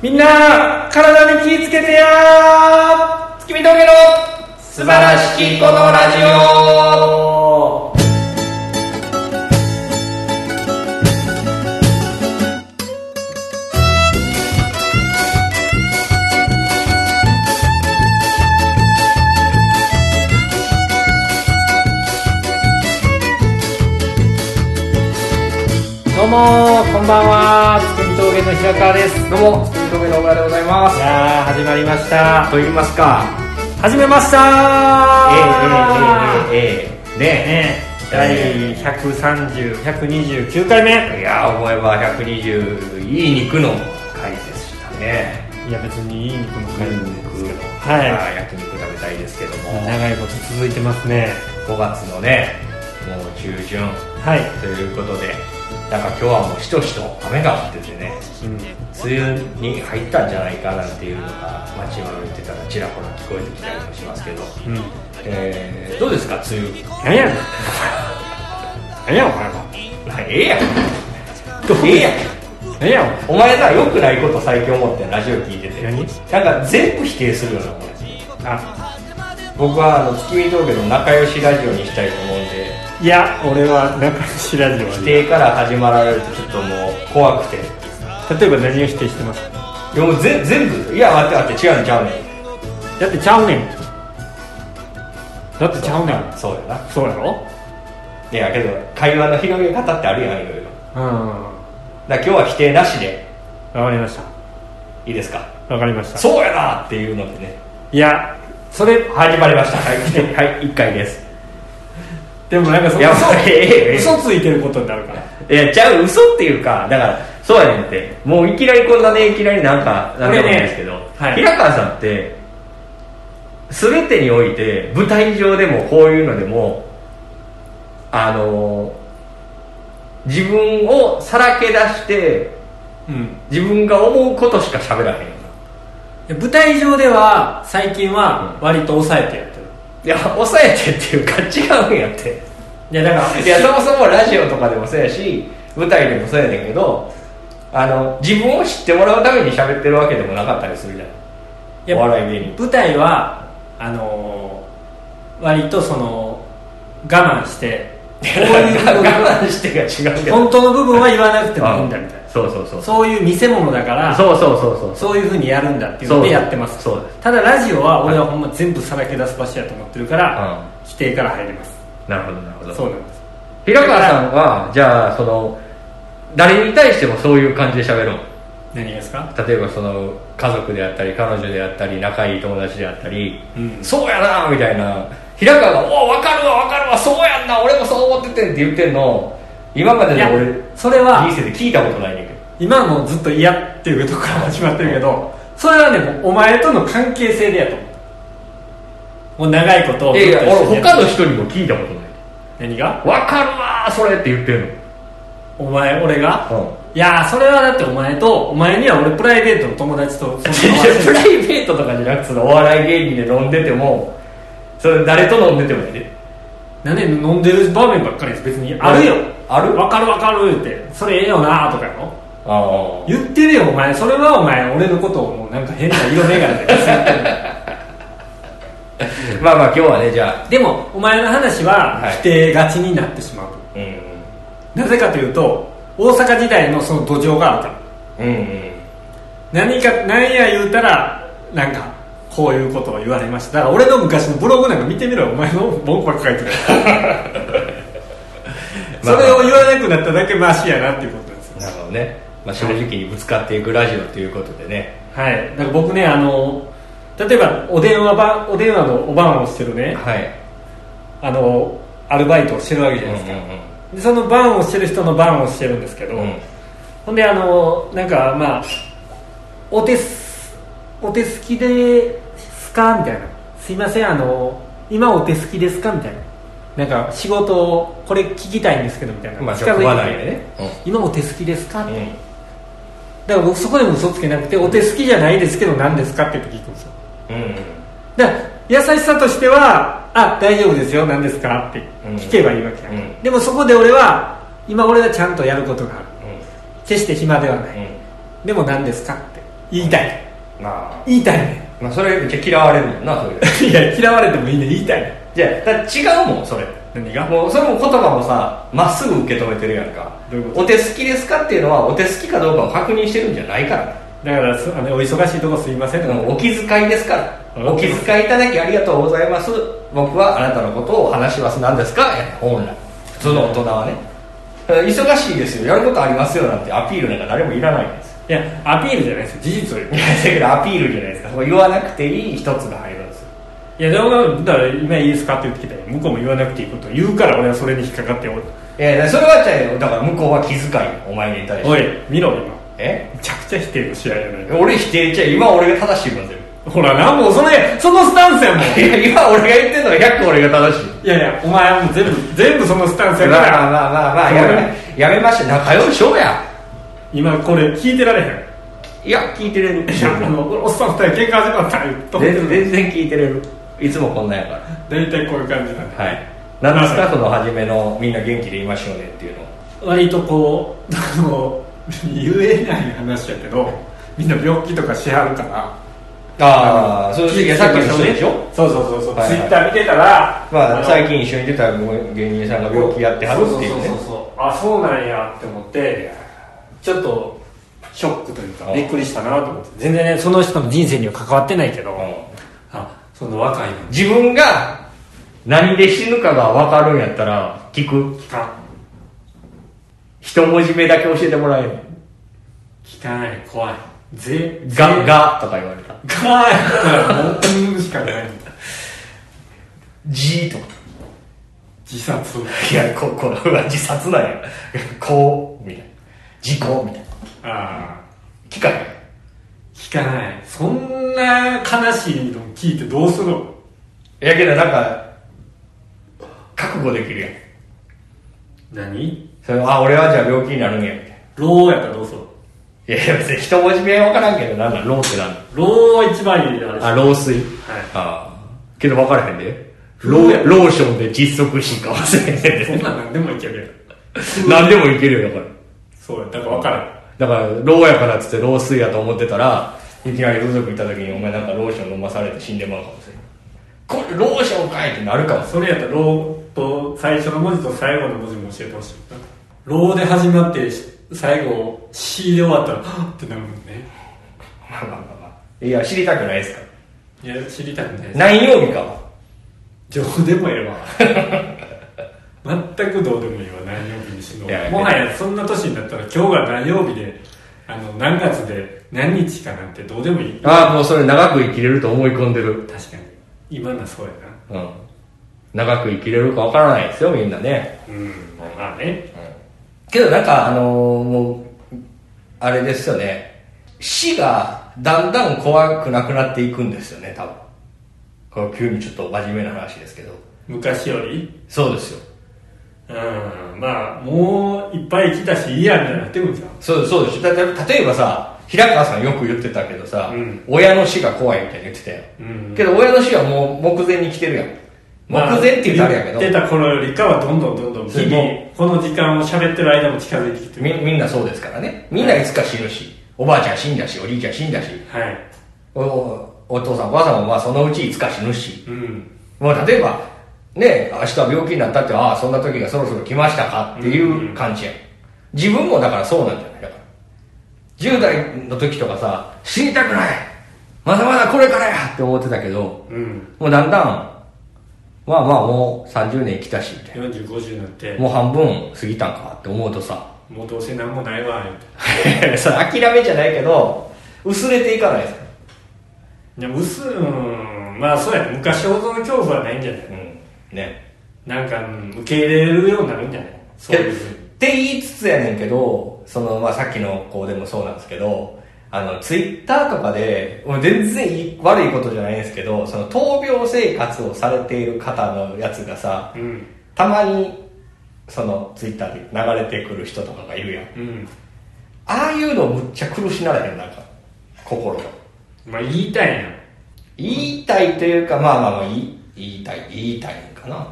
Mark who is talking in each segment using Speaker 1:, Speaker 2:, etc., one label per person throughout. Speaker 1: みんな体に気ぃつけてやー月見峠の素晴らしきこのラジオどうもこんばんは月見峠の平川です
Speaker 2: どうも、スピードの小倉でございま
Speaker 1: い
Speaker 2: す。
Speaker 1: やー始まりました
Speaker 2: と言いますか、
Speaker 1: 始めました
Speaker 2: ええ
Speaker 1: ー
Speaker 2: ええええええね
Speaker 1: ね第130129回目
Speaker 2: え。いやー、思えば120、いい肉の回でしたね。
Speaker 1: いや別にいい肉の
Speaker 2: いい
Speaker 1: 回
Speaker 2: 肉
Speaker 1: なんですけど、
Speaker 2: あ
Speaker 1: は
Speaker 2: ー焼肉食べたいですけど
Speaker 1: い
Speaker 2: も、
Speaker 1: 長いこと続いてますね
Speaker 2: 5月のね、もう中旬
Speaker 1: はい、
Speaker 2: ということで、なんか今日はもうしとしと雨が降っててね、
Speaker 1: うん、
Speaker 2: 梅雨に入ったんじゃないかなんていうのが街を歩いてたらちらほら聞こえてきたりもしますけど、
Speaker 1: うん
Speaker 2: えーどうですか、梅雨。
Speaker 1: 何やねん何やお前は
Speaker 2: ええやん。
Speaker 1: どう
Speaker 2: ええやん。
Speaker 1: 何やお前
Speaker 2: お前さ、良くないこと最近思ってんラジオ聞いてて。
Speaker 1: 何
Speaker 2: なんか全部否定するよな、俺。
Speaker 1: あ
Speaker 2: 僕は、あの、月見峠の仲良しラジオにしたいと思うんで、
Speaker 1: いや俺は仲良しラジオは
Speaker 2: 否
Speaker 1: ね
Speaker 2: 定から始まられるとちょっともう怖くて。
Speaker 1: 例えば何を否定してます
Speaker 2: いや、もうぜ全部、いや、待って待って、違うのちゃうね
Speaker 1: だってちゃうねんだってちゃうねん
Speaker 2: ん。そうやな。
Speaker 1: そうやろ
Speaker 2: いや、けど、会話の広げ方ってあるやん、いろいろ。
Speaker 1: うん
Speaker 2: だから今日は否定なしで、
Speaker 1: わかりまし
Speaker 2: いいですか。
Speaker 1: たわかりました
Speaker 2: そうやなっていうのでね。
Speaker 1: いやそれ
Speaker 2: 始まりました。はい、否定はい、1回です。
Speaker 1: でもなんかそ
Speaker 2: いや、そう、ええええ
Speaker 1: 嘘ついてることになるから
Speaker 2: いや、ちゃう、嘘っていうか、だから、そうやねんって、もういきなりこんなね、いきなりなんか、なんでもないですけど、
Speaker 1: これねはい
Speaker 2: 平川さんって、すべてにおいて、舞台上でもこういうのでも、あのー自分をさらけ出して、
Speaker 1: うん
Speaker 2: 自分が思うことしか喋らへんよな。
Speaker 1: 舞台上では最近は割と抑えてやってる、
Speaker 2: いや、抑えてっていうか、違うんやって。
Speaker 1: いやだから
Speaker 2: いやそもそもラジオとかでもそうやし舞台でもそうやねんけどあの自分を知ってもらうために喋ってるわけでもなかったりするじゃん
Speaker 1: いや
Speaker 2: お笑い芸人
Speaker 1: 舞台はあのー割とその我慢してこういう部分
Speaker 2: 我慢してが違うけど
Speaker 1: 本当の部分は言わなくてもいいんだみたい
Speaker 2: そうそうそう
Speaker 1: な
Speaker 2: そう
Speaker 1: そういう見せ物だから
Speaker 2: そうそうそうそう
Speaker 1: そういうふうにやるんだっていうのでやってます
Speaker 2: そうです
Speaker 1: ただラジオは俺はほんま全部さらけ出す場所やと思ってるから、
Speaker 2: う
Speaker 1: 否定から入ります
Speaker 2: なるほどなるほど
Speaker 1: そうなんです
Speaker 2: 平川さんはじゃあその誰に対してもそういう感じで喋ろう
Speaker 1: 何がですか
Speaker 2: 例えばその家族であったり彼女であったり仲いい友達であったり、
Speaker 1: うん
Speaker 2: そうやなみたいな平川が「おお分かるわ分かるわそうやんな俺もそう思っててん」って言ってんの今まで
Speaker 1: い
Speaker 2: の
Speaker 1: や
Speaker 2: 俺
Speaker 1: それは
Speaker 2: 人生で聞いたことないねんけど
Speaker 1: 今もずっと嫌っていうとこから始まってるけどそれはねもうお前との関係性でやと思うもう長いことを
Speaker 2: いやいや
Speaker 1: ずっと一緒にやっ
Speaker 2: 俺
Speaker 1: て
Speaker 2: 他の人にも聞いたことない
Speaker 1: 何が
Speaker 2: 「分かるわそれ」って言ってん
Speaker 1: お前俺が、
Speaker 2: の、うん
Speaker 1: いやーそれはだってお前とお前には俺プライベートの友達とそんな
Speaker 2: 違うプライベートとかじゃなくてそのお笑い芸人で飲んでてもそれ誰と飲んでてもいいで
Speaker 1: なんで飲んでる場面ばっかりです別にあるよ
Speaker 2: ある
Speaker 1: わかるわかるってそれええよなーとかやろ
Speaker 2: ああ
Speaker 1: 言ってるよお前それはお前俺のことをもうなんか変な色眼鏡で飾ってる
Speaker 2: まあまあ今日はねじゃ
Speaker 1: でもお前の話
Speaker 2: は
Speaker 1: はい否定がちになってしまう、
Speaker 2: あうん
Speaker 1: なぜかというと大阪時代のその土壌があるから
Speaker 2: うんうん
Speaker 1: 何か何や言うたらなんかこういうことを言われましただから俺の昔のブログなんか見てみろよお前の文句ばっか書いて るそれを言わなくなっただけマシやなっていうことですよ
Speaker 2: なるほどね、まあ、正直にぶつかっていくラジオということでね
Speaker 1: はいだから僕ねあの例えばお電話ばお電話のおばんをしてるね
Speaker 2: はい
Speaker 1: あのアルバイトをしてるわけじゃないですか、
Speaker 2: う
Speaker 1: でその番をしてる人の番をしてるんですけど、
Speaker 2: んうんうん
Speaker 1: ほんであのなんかまあお手すお手すきですかみたいなすいませんあの今お手すきですかみたいななんか仕事をこれ聞きたいんですけどみたいな、
Speaker 2: まあ
Speaker 1: 近づいて
Speaker 2: 職場内でね
Speaker 1: 今お手すきですか、
Speaker 2: うんうん
Speaker 1: だから僕そこでも嘘つけなくてお手すきじゃないですけど何ですかって言って聞くんですよ
Speaker 2: うん
Speaker 1: だから優しさとしては「あ大丈夫ですよ何ですか?」って聞けばいいわけや、
Speaker 2: うん
Speaker 1: でもそこで俺は今俺はちゃんとやることがある決して暇ではない、でも何ですかって言いたい
Speaker 2: ま
Speaker 1: 言いたいね
Speaker 2: あ、まあ、それめっちゃ嫌われるもんなそれ
Speaker 1: いや嫌われてもいいね言いたいね
Speaker 2: じゃあだから違うもんそれ
Speaker 1: 何が
Speaker 2: もうそれも言葉もさまっすぐ受け止めてるやんか
Speaker 1: どういうこと
Speaker 2: お手すきですかっていうのはお手すきかどうかを確認してるんじゃないからね
Speaker 1: だからすあのお忙しいとこすいませんとか
Speaker 2: お気遣いですから
Speaker 1: うん
Speaker 2: お気遣いいただきありがとうございます僕はあなたのことを話します何ですかいや本来普通の大人はね忙しいですよやることありますよなんてアピールなんか誰もいらないんですよ
Speaker 1: いやアピールじゃないですよ事実を言う
Speaker 2: いやだけどアピールじゃないですかそこ言わなくていい一つが入るんですよ
Speaker 1: いやでもだから今いいですかって言ってきたら向こうも言わなくていいことを言うから俺はそれに引っかかってお
Speaker 2: いやいやそれはじゃあだから向こうは気遣いお前に対し
Speaker 1: おい
Speaker 2: て
Speaker 1: 見ろ今
Speaker 2: え
Speaker 1: めちゃくちゃ否定の試合やないか
Speaker 2: 俺否定ちゃう今俺が正しいもん全部
Speaker 1: ほらなもうそれそのスタンスやもん
Speaker 2: いや今俺が言ってんのは100俺が正しい
Speaker 1: いやいやお前はもう全部全部そのスタンス
Speaker 2: まあ
Speaker 1: やから
Speaker 2: まあまあまあまあやめやめましょう仲良いしようや
Speaker 1: 今これ聞いてられへん
Speaker 2: いや聞いてれ る
Speaker 1: いやあのおっさん二人喧嘩始まったよと思って
Speaker 2: 全全然聞いてれるいつもこんなんやか
Speaker 1: 大体こういう感じなんで
Speaker 2: らはい何ですかその初めのみんな元気でいましょうねっていうの
Speaker 1: 割とこうあの言えない話やけどみんな病気とかしはるから
Speaker 2: ああそう
Speaker 1: 聞いて
Speaker 2: さっきの人でしょ
Speaker 1: そうそうそうそう、
Speaker 2: はいはい
Speaker 1: ツイッター見てたら、
Speaker 2: まあ
Speaker 1: の
Speaker 2: 最近一緒に出た芸人さんが病気やってはるっていうね
Speaker 1: そうそうそうそうあそうなんやって思ってちょっとショックというか
Speaker 2: あ
Speaker 1: びっくりしたなと思って全然ねその人の人生には関わってないけど、
Speaker 2: うん
Speaker 1: あその若いの
Speaker 2: 自分が何で死ぬかが分かるんやったら聞く
Speaker 1: 聞か
Speaker 2: 一文字目だけ教えてもらえる
Speaker 1: 聞かない怖いぜ
Speaker 2: が
Speaker 1: ぜ
Speaker 2: がとか言われた
Speaker 1: がやったらもううんしかない
Speaker 2: じとか
Speaker 1: 自殺
Speaker 2: いやここうわ自殺なんやこうみたいな事故みたいな
Speaker 1: ああ
Speaker 2: 聞かない
Speaker 1: 聞かないそんな悲しいの聞いてどうするの
Speaker 2: やけどなんか覚悟できるやん
Speaker 1: 何
Speaker 2: それあ俺はじゃあ病気になるんやみたい
Speaker 1: 老やったらどうする
Speaker 2: ないやいや別に一文字目は分からんけどなんだろうってなんだ
Speaker 1: 老は一番いいあれ
Speaker 2: あ老衰
Speaker 1: はい
Speaker 2: ああけど分からへんでローローションで窒息死かもしれへん で
Speaker 1: そんなん何でもいける
Speaker 2: 何でもいけるよだから
Speaker 1: そうやだから分からん
Speaker 2: だから老やからっつって老衰やと思ってたらいきなり風俗行った時にお前なんかローション飲まされて死んでまうかもしれないこれローションかいってなるかもし
Speaker 1: それやったら老と最初の文字と最後の文字も教えてほしい老で始まって最後 C で終わったらはっってなるもんね
Speaker 2: れないまあまあまあまあいや知りたくないですか
Speaker 1: いや知りたくない
Speaker 2: 何曜日かは
Speaker 1: どうでもええわ 全くどうでもいいわ何曜日にしの
Speaker 2: いや
Speaker 1: もはやそんな年になったら今日が何曜日であの何月で何日かなんてどうでもいい
Speaker 2: ああもうそれ長く生きれると思い込んでる
Speaker 1: 確かに今のはそうやな
Speaker 2: うん長く生きれるか分からないですよみんなね
Speaker 1: うんまあね
Speaker 2: けどなんかあのーもうあれですよね死がだんだん怖くなくなっていくんですよね多分これ急にちょっと真面目な話ですけど
Speaker 1: 昔より
Speaker 2: そうですよ
Speaker 1: うんまあもういっぱい来たしいいやみたいになってくんじゃん
Speaker 2: そうそうですだって例えばさ平川さんよく言ってたけどさ、
Speaker 1: うん
Speaker 2: 親の死が怖いみたいに言ってたよ、
Speaker 1: うん
Speaker 2: けど親の死はもう目前に来てるやん目
Speaker 1: まあ
Speaker 2: 前って言うとあれやけど、
Speaker 1: 言ってた頃よりかはどんどんどんどん日
Speaker 2: そう
Speaker 1: 々この時間を喋ってる間も近づいてきてる
Speaker 2: みみんなそうですからねみんないつか死ぬし、おばあちゃん死んだしおじいちゃん死んだし
Speaker 1: はい
Speaker 2: おおお父さんお母さんもまあそのうちいつか死ぬし
Speaker 1: うん
Speaker 2: もう例えばね明日病気になったってああそんな時がそろそろ来ましたかっていう感じやん、自分もだからそうなんじゃないだから10代の時とかさ死にたくないまだまだこれからやって思ってたけど
Speaker 1: うん
Speaker 2: もうだんだんまあまあもう30年来たしみたい
Speaker 1: 4050になって
Speaker 2: なもう半分過ぎたんかって思うとさ
Speaker 1: もうどうせ何もないわ言うて
Speaker 2: それ諦めじゃないけど薄れていかないです、
Speaker 1: でも薄うんまあそうやね昔ほどの恐怖はないんじゃない
Speaker 2: うん、ね
Speaker 1: なんか、うん受け入れるようになるんじゃないそういうふう
Speaker 2: っ
Speaker 1: に
Speaker 2: て言いつつやねんけどその、まあ、さっきの子でもそうなんですけどあのツイッターとかでもう全然いい悪いことじゃないんですけどその闘病生活をされている方のやつがさ
Speaker 1: うん
Speaker 2: たまにそのツイッターで流れてくる人とかがいるやん
Speaker 1: うん
Speaker 2: ああいうのむっちゃ苦しならへんなんか心が
Speaker 1: まあ言いたいやん
Speaker 2: 言いたいというかまあまあまあ言い言いたい言いたいんかな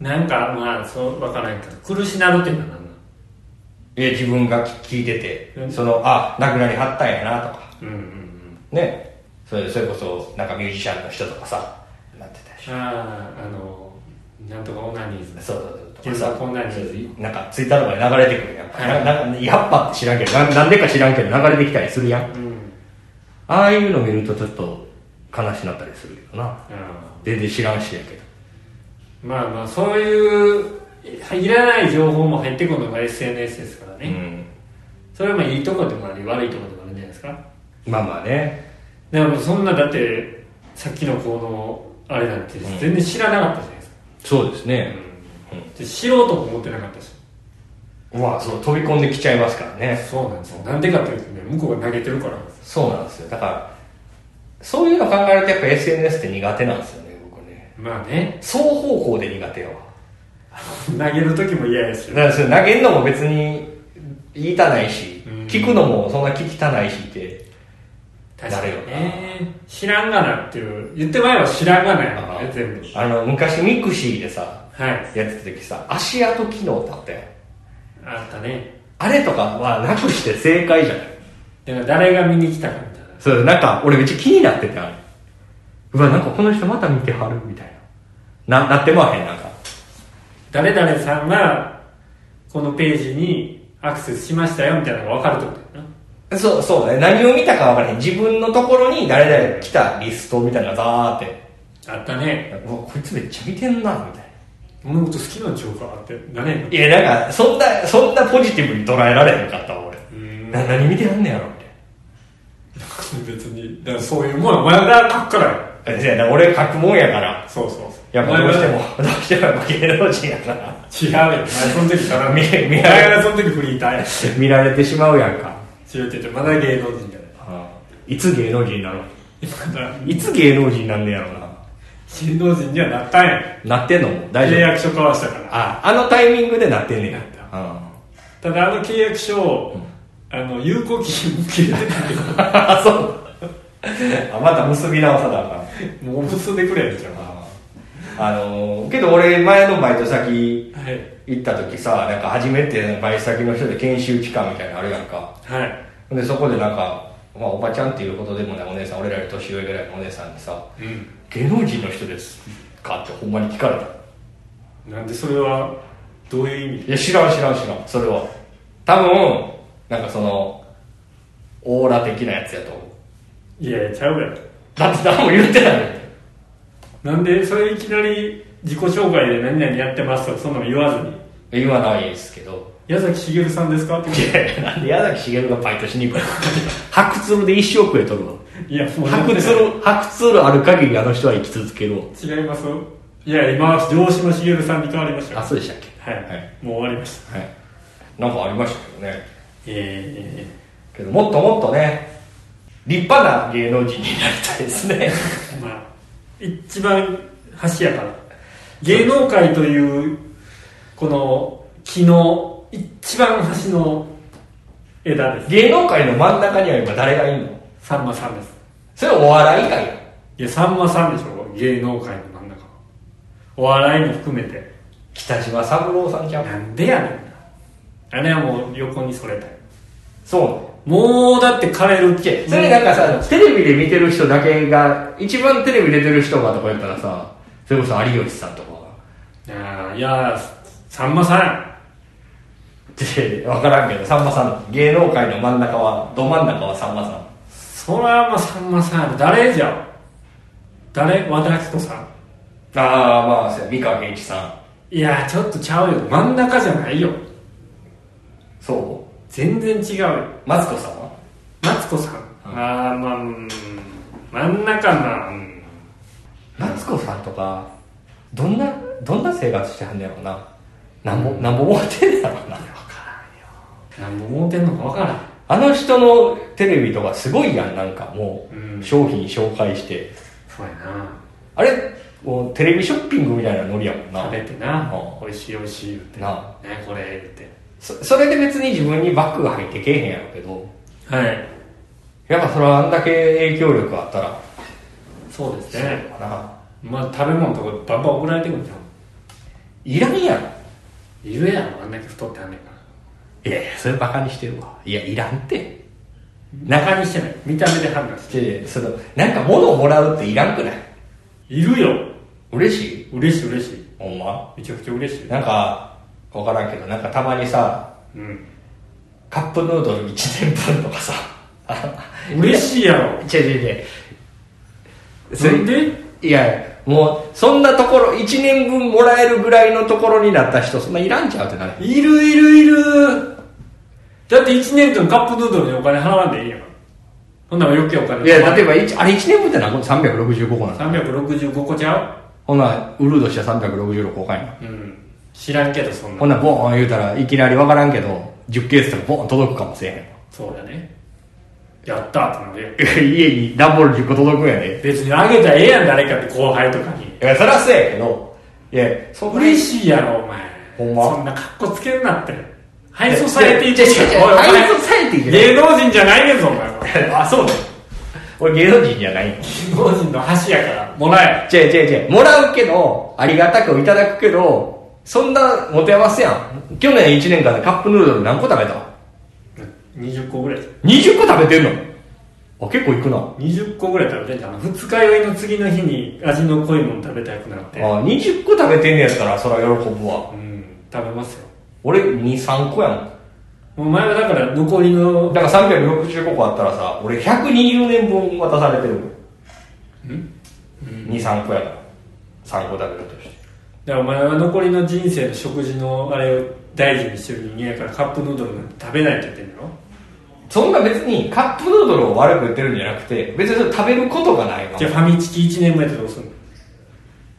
Speaker 1: なんかまあそう分からんけど苦しなるっていうのは何なん
Speaker 2: え自分が聞聞いてて、
Speaker 1: うん
Speaker 2: そのあ亡くなりはったんやなとか
Speaker 1: うんうん
Speaker 2: ねそれそれこそなんかミュージシャンの人とかさなってたし
Speaker 1: あああのなんとかオナニーズ
Speaker 2: そうそうそう
Speaker 1: 検索オナニーズ
Speaker 2: なんかツイッターとかで流れてくるやんか、
Speaker 1: はい
Speaker 2: ななやっぱって知らんけどななんでか知らんけど流れてきたりするやん
Speaker 1: うん
Speaker 2: ああいうの見るとちょっと悲しくなったりするけどな
Speaker 1: あ
Speaker 2: 全然知らんしやけど
Speaker 1: ーまあまあそういういらない情報も入ってくるのが SNS ですからね、
Speaker 2: うん
Speaker 1: それはまあいいとこでもあり悪いとこでもあるんじゃないですか
Speaker 2: まあまあね
Speaker 1: でもそんなだってさっきのこのあれなんて全然知らなかったじゃないですか、
Speaker 2: そうですね
Speaker 1: で知ろうとも思ってなかったし
Speaker 2: まあそう飛び込んできちゃいますからね
Speaker 1: そうなんですよなんでかっていうとね向こうが投げてるからなんですよ
Speaker 2: そうなんですよだからそういうの考えるとやっぱ SNS って苦手なんですよね僕ね
Speaker 1: まあね
Speaker 2: 双方向で苦手よ
Speaker 1: 投げる時も嫌やし
Speaker 2: だからそれ投げるのも別に言いたないし、
Speaker 1: うん
Speaker 2: 聞くのもそんな聞きたないしって
Speaker 1: 確かに
Speaker 2: な
Speaker 1: ね知らんがなっていう言って前は知らんがなやも
Speaker 2: あ
Speaker 1: んね全部
Speaker 2: あの昔ミクシーでさ
Speaker 1: はい
Speaker 2: やってた時さ足跡機能だったよ
Speaker 1: あったね
Speaker 2: あれとかはなくして正解じゃない
Speaker 1: だから誰が見に来たかみたいな
Speaker 2: そうなんか俺めっちゃ気になっててあれうわなんかこの人また見てはるみたいなななってまわへんなんか
Speaker 1: 誰々さんがこのページにアクセスしましたよみたいなのが分かるってことだよな
Speaker 2: そうそうね何を見たか分からへん自分のところに誰々来たリストみたいなのがザーって
Speaker 1: あったね
Speaker 2: うわこいつめっちゃ見てんなみたいな
Speaker 1: 物事好きなんちゃうかってなれんの
Speaker 2: いや、なんか、そんな、そんなポジティブに捉えられへんかったわ、
Speaker 1: う
Speaker 2: 俺。
Speaker 1: ん
Speaker 2: な、何見てはんねやろ、み
Speaker 1: 別にだからそういうもんはお前が書くからよ
Speaker 2: たいな。いや、だから俺書くもんやから。
Speaker 1: そうそうそう
Speaker 2: いや、もうどうしても、どうしてもやっぱ芸能人やから。
Speaker 1: 違うよお前その時から
Speaker 2: 見
Speaker 1: 見
Speaker 2: え
Speaker 1: え
Speaker 2: 見え
Speaker 1: 見えがその時フリーターやし
Speaker 2: 見られてしまうやんか。
Speaker 1: 違う違う違うまだ芸能人じゃ
Speaker 2: いつ芸能人になろう。
Speaker 1: ない
Speaker 2: いつ芸能人になんねやろ
Speaker 1: 芸能人にはなったんや
Speaker 2: な。なってんのも大
Speaker 1: 契
Speaker 2: 丈夫。
Speaker 1: 約書交わしたから
Speaker 2: あ、あのタイミングでなってんねや。
Speaker 1: ただあの契約書を、あの有効期限も切れてたけど
Speaker 2: あ、そう。 あ、また結び直さなあかん。
Speaker 1: もう結んでくれんじゃんは
Speaker 2: ああのー、けど俺、前のバイト先、
Speaker 1: い
Speaker 2: 行った時さなんか初めてバイト先の人で研修期間みたいなのあるやんか
Speaker 1: はい
Speaker 2: でそこでなんか、まあ、おばちゃんっていうことでもないお姉さん俺らより年上ぐらいのお姉さんにさ
Speaker 1: うん
Speaker 2: 「芸能人の人ですか?」ってほんまに聞かれた
Speaker 1: なんでそれはどういう意味
Speaker 2: いや知らん知らん知らんそれは多分なんかそのオーラ的なやつやと思う
Speaker 1: いやいやちゃうや
Speaker 2: だって何も言ってないもん
Speaker 1: んなんでそれいきなり自己紹介で何々やってますとかそんなの言わずに
Speaker 2: 言わないですけど
Speaker 1: 矢崎茂さんですかって
Speaker 2: いやなんで矢崎しげるがバイトしに行くの白鶴で一生食えとるわ
Speaker 1: いやもう
Speaker 2: 白鶴白鶴ある限りあの人は生き続けるわ
Speaker 1: 違いますいや今は城島茂さんに変わりましたよ
Speaker 2: あそうでしたっけ
Speaker 1: はい、
Speaker 2: はい
Speaker 1: もう終わりました
Speaker 2: はい、なんかありましたけどね
Speaker 1: え
Speaker 2: けどもっともっとね立派な芸能人になりたいですね
Speaker 1: えまあ一番端やから芸能界というこの木の一番端の枝です
Speaker 2: 芸能界の真ん中には今誰がいるの
Speaker 1: さんまさんです
Speaker 2: それお笑い界や
Speaker 1: いやさんまさんでしょ芸能界の真ん中お笑いも含めて
Speaker 2: 北島三郎さんちゃう
Speaker 1: なんでやねんなあれはもう横にそれたい
Speaker 2: そう
Speaker 1: もうだって枯れるけ
Speaker 2: それなんかさテレビで見てる人だけが一番テレビ出てる人がとか言ったらさそれこそ有吉さんとか
Speaker 1: あーいやーさんまさん
Speaker 2: で分からんけどさんまさん芸能界の真ん中はど真ん中はさんまさん
Speaker 1: そらまあさんまさん誰じゃん誰和田アキ子さん
Speaker 2: ああまあそうや三河健一さん
Speaker 1: いやーちょっとちゃうよ真ん中じゃないよ
Speaker 2: そ
Speaker 1: 全然違うよ
Speaker 2: うマツコさんは
Speaker 1: マツコさん、ああまあうん真ん中なうん
Speaker 2: 夏子さんとかどんなどんな生活してはんねやろうななんぼなんぼ持ってんだろうな
Speaker 1: 何も思うてんのか分からん
Speaker 2: あの人のテレビとかすごいやんなんかも
Speaker 1: うん
Speaker 2: う商品紹介して
Speaker 1: そうやな
Speaker 2: あれもうテレビショッピングみたいなノリやもんな
Speaker 1: 食べてな
Speaker 2: あ
Speaker 1: 美味しい美味しい言って
Speaker 2: なあ
Speaker 1: ねこれ言って
Speaker 2: そそれで別に自分にバッグが入ってけえへんやろうけど
Speaker 1: はい
Speaker 2: やっぱそれはあんだけ影響力あったら
Speaker 1: そうですね
Speaker 2: かな
Speaker 1: まあ食べ物とかバンバン送られてくるじゃん
Speaker 2: いらんやろ
Speaker 1: いるやろあんだけ太ってはんねんから
Speaker 2: いやいやそれバカにしてるわいやいらんって
Speaker 1: 中にしてない見た目で判断して
Speaker 2: でそのなんか物をもらうっていらんくない
Speaker 1: いるよ
Speaker 2: 嬉しい
Speaker 1: 嬉しい嬉しい
Speaker 2: ほんま
Speaker 1: めちゃくちゃ嬉しい
Speaker 2: なんか分からんけどなんかたまにさ
Speaker 1: うん
Speaker 2: カップヌードル1年分とかさ
Speaker 1: 嬉しいやろ
Speaker 2: 違う違う違う
Speaker 1: そ
Speaker 2: そ
Speaker 1: れ
Speaker 2: れ
Speaker 1: で
Speaker 2: いやもうそんなところ1年分もらえるぐらいのところになった人そんないらんちゃうってなる
Speaker 1: いるいるいるだって1年間カップヌードルにお金払わんでいいやんほんなら余計お金
Speaker 2: いや例えば一あれ1年分ってな365個なの
Speaker 1: 365個ちゃ
Speaker 2: ほな売るとしたら366個かいな
Speaker 1: ううん知らんけどそん
Speaker 2: ほ
Speaker 1: なん
Speaker 2: なボーン言うたらいきなり分からんけど10ケースとかボーン届くかもしれへ
Speaker 1: そうだねやったーってなるよ
Speaker 2: ん 家に段ボール10個届くんやで
Speaker 1: 別にあげたらええやん誰かって後輩とかに
Speaker 2: いやそりゃそうやけどいやそ
Speaker 1: 嬉しいやろお前
Speaker 2: ほんま
Speaker 1: そんな格好つけんなってハイソサエティって
Speaker 2: いやいやいやハイソサエティじゃな
Speaker 1: 芸
Speaker 2: い
Speaker 1: 能人じゃないねんぞお前あそうだよ
Speaker 2: 俺芸能人じゃないよ
Speaker 1: 芸能人の箸やからもらえ
Speaker 2: 違う違う違うもらうけどありがたくいただくけどそんな持てますやん去年1年間でカップヌードル何個食べた
Speaker 1: 20個ぐらい
Speaker 2: 20個食べてんのあ結構いくな
Speaker 1: 20個ぐらい食べてんじゃん二日酔いの次の日に味の濃いもの食べたくなって
Speaker 2: あ20個食べてんねやったらそら喜ぶわ
Speaker 1: うん食べますよ
Speaker 2: 俺23個やも
Speaker 1: お前はだから残りの
Speaker 2: んだから365個あったらさ俺120年分渡されてるもん23個やから3個食べるとして
Speaker 1: だからお前は残りの人生の食事のあれを大事にしてる人間やからカップヌードルなんて食べないと言ってんだろ
Speaker 2: そんな別にカップヌードルを悪く言ってるんじゃなくて別にそれ食べることがないわ
Speaker 1: じゃあファミチキ1年前でどうすんの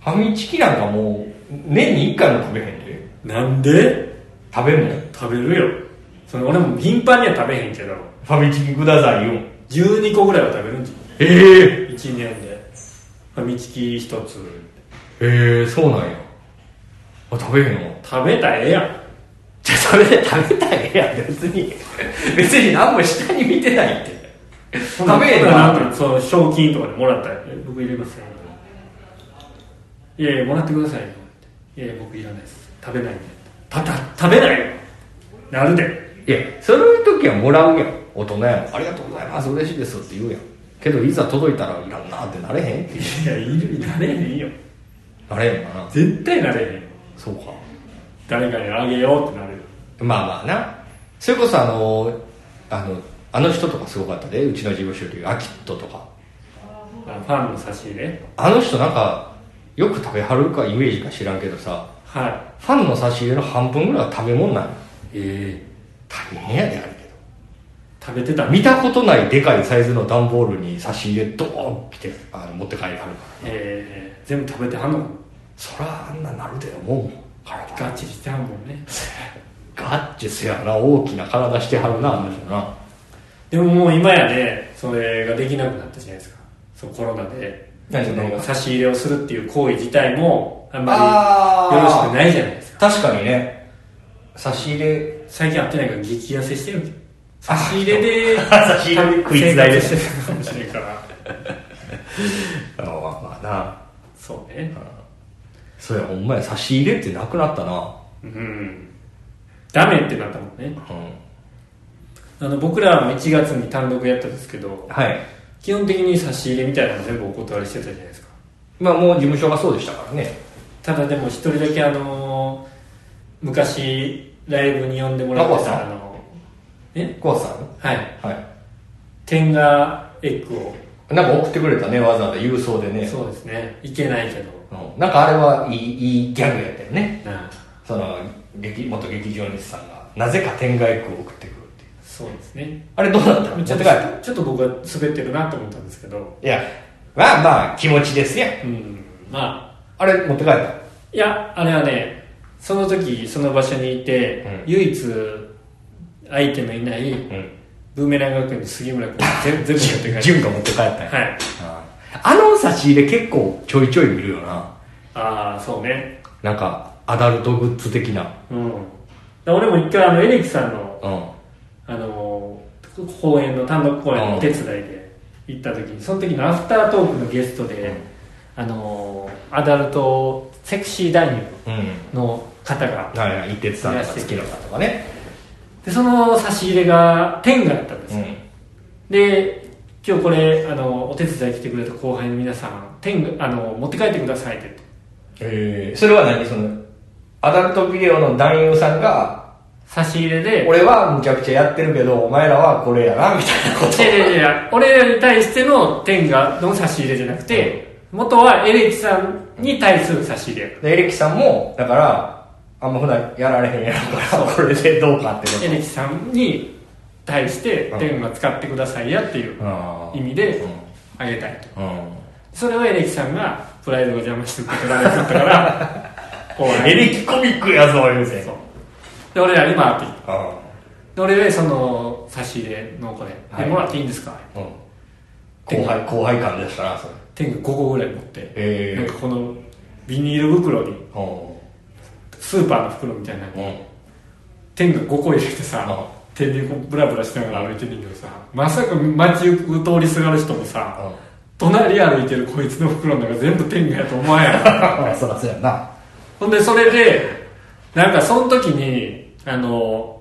Speaker 2: ファミチキなんかもう年に1回も食べへんで
Speaker 1: なんで
Speaker 2: 食べんもんフ
Speaker 1: 食べるよその俺も頻繁には食べへんけど
Speaker 2: ァミチキくださいよ
Speaker 1: 12個ぐらいは食べるんじゃ
Speaker 2: え
Speaker 1: ん1年でファミチキ1つ
Speaker 2: えへえそうなんやあ食べへんわ
Speaker 1: 食べたらええやん
Speaker 2: じゃあそれで食べたいやん別に別に何も下に見てないって食べへん
Speaker 1: な
Speaker 2: な
Speaker 1: その賞金とかでもらったらえ僕入れますよいやいやもらってくださいよいやいや僕いらないです食べないんでたた食べないよなるで
Speaker 2: いやそういう時はもらうやん大人やんありがとうございます嬉しいですって言うやんけどいざ届いたらいらんなってなれへんって
Speaker 1: いやいるなれへんよ
Speaker 2: なれへんかな
Speaker 1: 絶対なれへんよ
Speaker 2: そうか
Speaker 1: 誰かにあげようってなるよ
Speaker 2: まあまあなそれこそあのあのあの人とかすごかったでうちの事務所でいうアキットとか
Speaker 1: あのファンの差し入れ
Speaker 2: あの人なんかよく食べはるかイメージか知らんけどさ
Speaker 1: は
Speaker 2: ファンの差し入れの半分ぐらいは食べ物なの
Speaker 1: いえ
Speaker 2: 大変やであるけ
Speaker 1: 食べてた
Speaker 2: ど見たことないでかいサイズの段ボールに差し入れドーン来てあの持って帰りはるから
Speaker 1: えー、全部食べてはんの
Speaker 2: そらあんななるで思うもん体
Speaker 1: ガッチリしてはんもんね
Speaker 2: ガッチせやな大きな体してはるなあの人な
Speaker 1: でももう今やねそれができなくなったじゃないですかそうコロナで
Speaker 2: 何
Speaker 1: その
Speaker 2: 何
Speaker 1: 差し入れをするっていう行為自体もあんま
Speaker 2: あ
Speaker 1: りよろしくないじゃないですか
Speaker 2: 確かにね差し入れ
Speaker 1: 最近会ってないから激痩せしてるんですよ差し入れで
Speaker 2: 差し入れ食いつないで
Speaker 1: 生活してるかもしれんから
Speaker 2: あまあまあな
Speaker 1: そうね
Speaker 2: それほんまや差し入れってなくなったな
Speaker 1: うんダメってなったもんね
Speaker 2: うん
Speaker 1: あの僕らも1月に単独やったんですけど
Speaker 2: はい
Speaker 1: 基本的に差し入れみたいなの全部お断りしてたじゃないですか
Speaker 2: まあもう事務所がそうでしたからね
Speaker 1: ただでも一人だけあのー昔ライブに呼んでもらって
Speaker 2: ラボ
Speaker 1: た
Speaker 2: さん
Speaker 1: あのえ
Speaker 2: コアさん
Speaker 1: はい
Speaker 2: は
Speaker 1: 天がエッグを
Speaker 2: いなんか送ってくれたねわざわざ郵送でね
Speaker 1: そうですねいけないけど
Speaker 2: うんなんかあれはいいいいギャグやったよね
Speaker 1: な
Speaker 2: その劇元劇場主さんがなぜか天外区を送ってくるっていう
Speaker 1: そうですね
Speaker 2: あれどうだったの持っ
Speaker 1: ち
Speaker 2: て
Speaker 1: ょっ
Speaker 2: 帰
Speaker 1: と
Speaker 2: ったい
Speaker 1: ちょっと僕は滑ってるなと思ったんですけど
Speaker 2: やまあまあ気持ちですやん
Speaker 1: うんまあ
Speaker 2: あれ持って帰った
Speaker 1: いやあれはねその時その場所にいて、
Speaker 2: うん
Speaker 1: 唯一相手のいない
Speaker 2: うん
Speaker 1: ブーメラン学園の杉村君全全部や って帰っ
Speaker 2: 潤が持って帰ったん
Speaker 1: た
Speaker 2: や
Speaker 1: はい
Speaker 2: あの差し入れ結構ちょいちょい見るよな
Speaker 1: ああそうね
Speaker 2: なんかアダルトグッズ的な
Speaker 1: うんだ俺も一回あのエレキさんの
Speaker 2: うん
Speaker 1: あのー公演の単独公演のお手伝いで行った時にその時のアフタートークのゲストで、あのーアダルトセクシー男優
Speaker 2: うん
Speaker 1: の方が
Speaker 2: はいはい一徹さんとか月野さんとかね
Speaker 1: でその差し入れが天下だったんです
Speaker 2: う
Speaker 1: よ、
Speaker 2: ん
Speaker 1: で今日これあのお手伝い来てくれた後輩の皆さん天狗あの持って帰ってくださいって言って
Speaker 3: え
Speaker 2: それは何そのアダルトビデオの男優さんが
Speaker 1: 差し入れで
Speaker 2: 俺はむちゃくちゃやってるけどお前らはこれやなみたいなこと
Speaker 1: い やいやいや俺らに対しての天がの差し入れじゃなくて、元はエレキさんに対する差し入れ
Speaker 2: でエレキさんもだからあんま普段やられへんやろうからこれでどうかってこ
Speaker 1: エレキさんに対して天が使ってくださいやっていう
Speaker 2: と あ
Speaker 1: 意味で
Speaker 2: うん
Speaker 1: あげたいと
Speaker 2: うん
Speaker 1: それをエレキさんがプライドが邪魔して受け取られちゃったから お
Speaker 2: エ
Speaker 1: い
Speaker 2: レキコミックやぞ言うて
Speaker 1: そうで俺ら今って言って
Speaker 2: あ
Speaker 1: で俺でその差し入れのこれ、
Speaker 2: はい
Speaker 1: でもらっていいんですか
Speaker 2: あうん後輩後輩感でしたなそれ
Speaker 1: 天が5個ぐらい持って、
Speaker 2: ええ
Speaker 1: なんかこのビニール袋に
Speaker 2: う
Speaker 1: スーパーの袋みたいなのに
Speaker 2: んうん
Speaker 1: 天が5個入れてさ、
Speaker 2: う
Speaker 1: 天でこうブラブラしながら歩いてるんだけどさまさか街行く通りすがる人もさ、隣歩いてるこいつの袋の中全部天狗やと思わん やろ
Speaker 2: そらそうやな
Speaker 1: ほんでそれでなんかその時にあの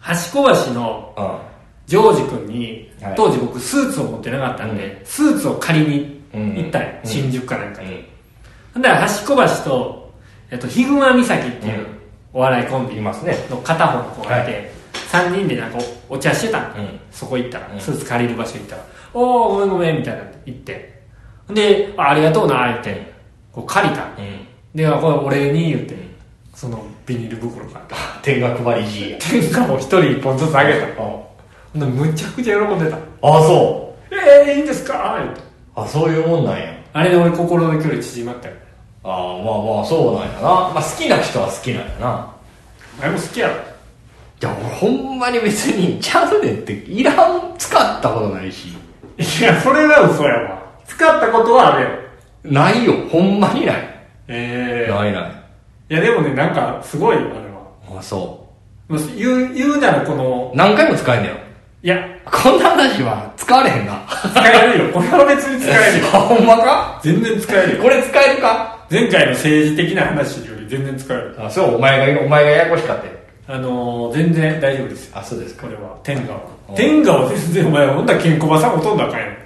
Speaker 1: 端小橋の
Speaker 2: うん
Speaker 1: ジョージ君に、
Speaker 2: はい
Speaker 1: 当時僕スーツを持ってなかったんで、スーツを借りに行ったんよ
Speaker 2: うん
Speaker 1: 新宿かなんかに、ほんだら端小橋と、えっと、ヒグマ岬っていう
Speaker 2: うん
Speaker 1: お笑いコンビ
Speaker 2: いますね
Speaker 1: の片方の子がいて、三3人でなんかおお茶してたの、
Speaker 2: うん
Speaker 1: そこ行ったら、
Speaker 2: うん
Speaker 1: スーツ借りる場所行ったら「おおごめんごめん」みたいなの言ってほんであ「ありがとうな」言ってこう借りたの
Speaker 2: うん
Speaker 1: であこれお礼に言ってそのビニール袋から
Speaker 2: 天が配り G や
Speaker 1: 天下を一人一本ずつあげたのほ
Speaker 2: あ
Speaker 1: んでむちゃくちゃ喜んでた
Speaker 2: あそ
Speaker 1: 「ええいいんですか?」言って
Speaker 2: うあそういうもんなんや
Speaker 1: あれで俺心の距離縮まったよ
Speaker 2: ああまあまあそうなんやな、まあ、好きな人は好きなんやな
Speaker 1: お前も好きやろ
Speaker 2: いや俺ほんまに別にちゃうねんっていらん使ったことないし
Speaker 1: いやそれは嘘やわ使ったことはあるやろ
Speaker 2: ないよほんまにない
Speaker 1: ええ
Speaker 2: ないない
Speaker 1: いやでもねなんかすごいあれは
Speaker 2: あそ
Speaker 1: もう言う言うならこの
Speaker 2: う何回も使えんねよ
Speaker 1: いや
Speaker 2: こんな話は使われへんな
Speaker 1: 使えるよこれは別に使えるよ
Speaker 2: あほんまか
Speaker 1: 全然使えるよ
Speaker 2: これ使えるか
Speaker 1: 前回の政治的な話より全然使える
Speaker 2: あそうお前がお前がややこしかったよ
Speaker 1: あのー、全然大丈夫ですよ
Speaker 2: あそうです
Speaker 1: これは天下は
Speaker 2: うん
Speaker 1: 天下は全然お前ほんだらケンコバさんほとんどあかんやん
Speaker 2: いや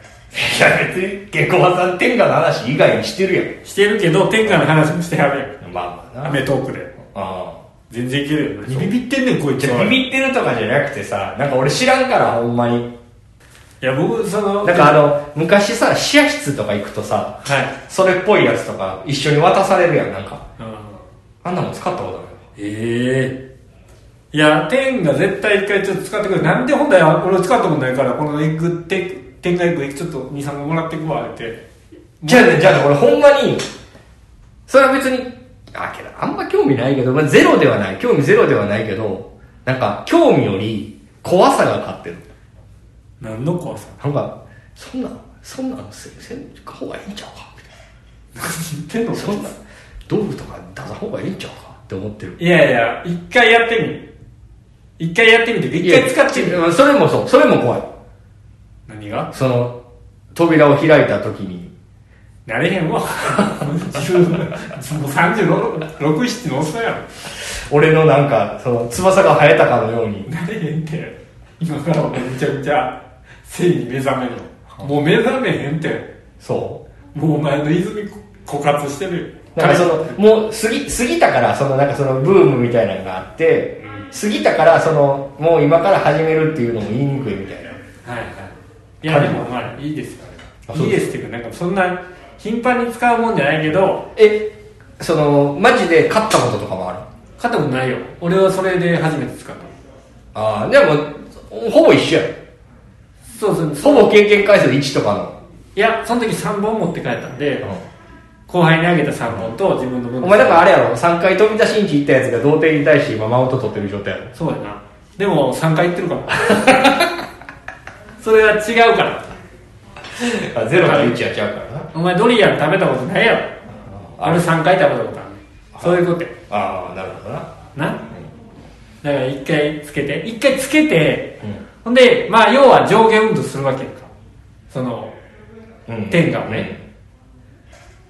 Speaker 2: 別に下校はさん天下の話以外にしてる
Speaker 1: してるけど天下の話もしてはる
Speaker 2: やんまあ
Speaker 1: や
Speaker 2: ま
Speaker 1: ん
Speaker 2: あ
Speaker 1: ア
Speaker 2: な
Speaker 1: メトークで
Speaker 2: ああ
Speaker 1: 全然いけるよビビってんねんこいつ
Speaker 2: じ
Speaker 1: は
Speaker 2: ゃあビビってるとかじゃなくてさなんか俺知らんからほんまに
Speaker 1: いや僕その
Speaker 2: なんかあの昔さ試写室とか行くとさ
Speaker 1: はい、
Speaker 2: それっぽいやつとか一緒に渡されるやんなんか
Speaker 1: うん
Speaker 2: あんなもん使ったことない
Speaker 1: ええいや、天が絶対一回ちょっと使ってくれ。なんで本来は俺使ったことないから、このエッグ、て天がエッグ、ちょっと2、3個もらってくわ、って。
Speaker 2: じゃあねじゃあね俺ほんまにそれは別にあけどあんま興味ないけど、まあ、ゼロではない興味ゼロではないけどなんか興味より怖さが勝ってる
Speaker 1: 何の怖さ
Speaker 2: なんかそんなんそんなんせせん方がいいんちゃうかみた
Speaker 1: 何
Speaker 2: い
Speaker 1: 言ってんの
Speaker 2: な そんなん道具とか出さん方がいいんちゃうかって思ってる
Speaker 1: いやいや、一回やってみ。一回やってみて、一回使ってみ。
Speaker 2: それもそうそれも怖い
Speaker 1: 何が
Speaker 2: その扉を開いた時に
Speaker 1: なれへんわ。 自分もう36、7のおっさんや
Speaker 2: 俺のなんかその翼が生えたかのように
Speaker 1: ろ。なれへんって。今から俺めちゃめちゃ、性に目覚めるの。もう目覚めへんって。
Speaker 2: そ
Speaker 1: もうお前の泉枯渇してるよ
Speaker 2: うなんかそのもう過ぎ過ぎたからそのなんかそのブームみたいなのがあって、過ぎたからそのもう今から始めるっていうのも言いにくいみたいな
Speaker 1: はいはいいや
Speaker 2: は
Speaker 1: で
Speaker 2: い
Speaker 1: もまあいいですよあ
Speaker 2: あ
Speaker 1: れはいいですっていうかなんかそんな頻繁に使うもんじゃないけど
Speaker 2: えそのマジで勝ったこととかもある
Speaker 1: 買ったことないよ俺はそれで初めて使った
Speaker 2: ああでもほぼ一緒や
Speaker 1: そうそうそう
Speaker 2: ほぼ経験回数1とかの、
Speaker 1: いやその時3本持って帰ったんで、後輩にあげた3本と自分の分
Speaker 2: お前だからあれやろ3回飛び出しんち行ったやつが童貞に対して今マウント取ってる状態やろ
Speaker 1: そうやなでも3回行 ってるからそれは違うから
Speaker 2: あゼロから1やっちゃうからな
Speaker 1: お前ドリアン食べたことないやろ俺3回食べたことあるねそういうことや
Speaker 2: ああなるほどな
Speaker 1: な、だから一回つけて一回つけて、
Speaker 2: うん
Speaker 1: ほんでまあ要は上下運動するわけやんかその
Speaker 2: うん
Speaker 1: 天下をね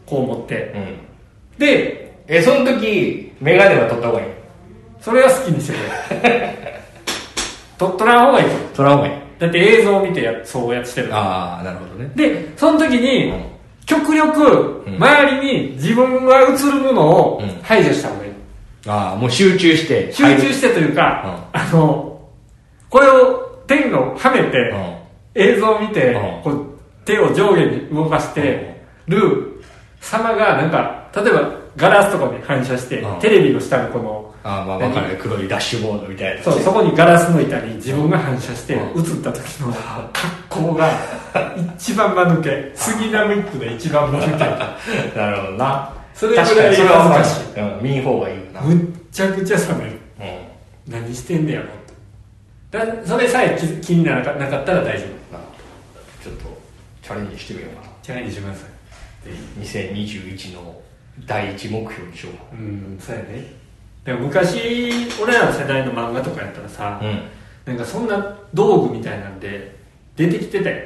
Speaker 1: こう持って
Speaker 2: うん
Speaker 1: で
Speaker 2: えその時メガネは取った方がいい
Speaker 1: それは好きにしてくれ取っとらん方がいいよ
Speaker 2: 取らん方がいい
Speaker 1: だって映像を見てやそうやしてる
Speaker 2: ああなるほどね
Speaker 1: でその時に
Speaker 2: うん
Speaker 1: 極力
Speaker 2: うん
Speaker 1: 周りに自分が映るものを
Speaker 2: うん
Speaker 1: 排除した方がいい
Speaker 2: ああもう集中して
Speaker 1: 集中してというか、あのこれを天をはめて、
Speaker 2: うん
Speaker 1: 映像を見て、
Speaker 2: うん
Speaker 1: こう手を上下に動かしてる様がなんか例えばガラスとかに反射して、
Speaker 2: うん
Speaker 1: テレビの下のこの
Speaker 2: ああまあ分かる黒いダッシュボードみたいなやつ
Speaker 1: そうそこにガラスの板に自分が反射して映
Speaker 2: う
Speaker 1: った時の格好が一番間抜け杉並区で一番間 抜
Speaker 2: なるほどな
Speaker 1: それぐらい
Speaker 2: 確かにそれは
Speaker 1: 恥
Speaker 2: 恥
Speaker 1: ず
Speaker 2: ずかしい、うん、見ん方がいいよな、
Speaker 1: けむっちゃくちゃ冷める
Speaker 2: うん
Speaker 1: 何してんねやろってだそれさえ気気にならなかったら大丈夫
Speaker 2: なちょっとチャレンジしてみようかな
Speaker 1: チャレンジしてください
Speaker 2: 2021の第一目標にしようか
Speaker 1: うんそうやねでも昔俺らの世代の漫画とかやったらさ、
Speaker 2: ん
Speaker 1: なんかそんな道具みたいなんで出てきてたよ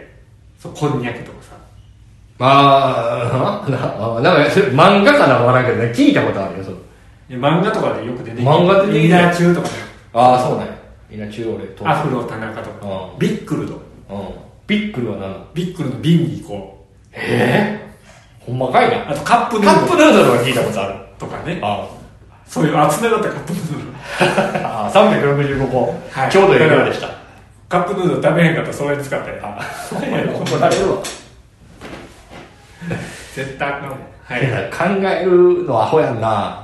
Speaker 1: そうこんにゃくとかさ
Speaker 2: まあななんかそれ漫画かなわからんけどね聞いたことあるよそれ
Speaker 1: で漫画とかでよく出てきて
Speaker 2: 漫画出てきて
Speaker 1: リーダー中とかね
Speaker 2: ああそうねみんな中央で
Speaker 1: アフロ田中とか
Speaker 2: うん
Speaker 1: ビックルと
Speaker 2: うんビックルは何なの
Speaker 1: ビックルの瓶にこう
Speaker 2: ええほんまかいな
Speaker 1: あとカップヌ
Speaker 2: カッ
Speaker 1: ード
Speaker 2: プヌードルは聞いたことある
Speaker 1: ルとかね
Speaker 2: あ
Speaker 1: そういう厚めだったカップヌードル
Speaker 2: あ365個、
Speaker 1: はい
Speaker 2: ちょうどいい量でした
Speaker 1: カップヌードル食べへんかったらそれに使ったよ
Speaker 2: 怒られるわ
Speaker 1: 絶対あかんわはい い、
Speaker 2: や考えるのアホやんな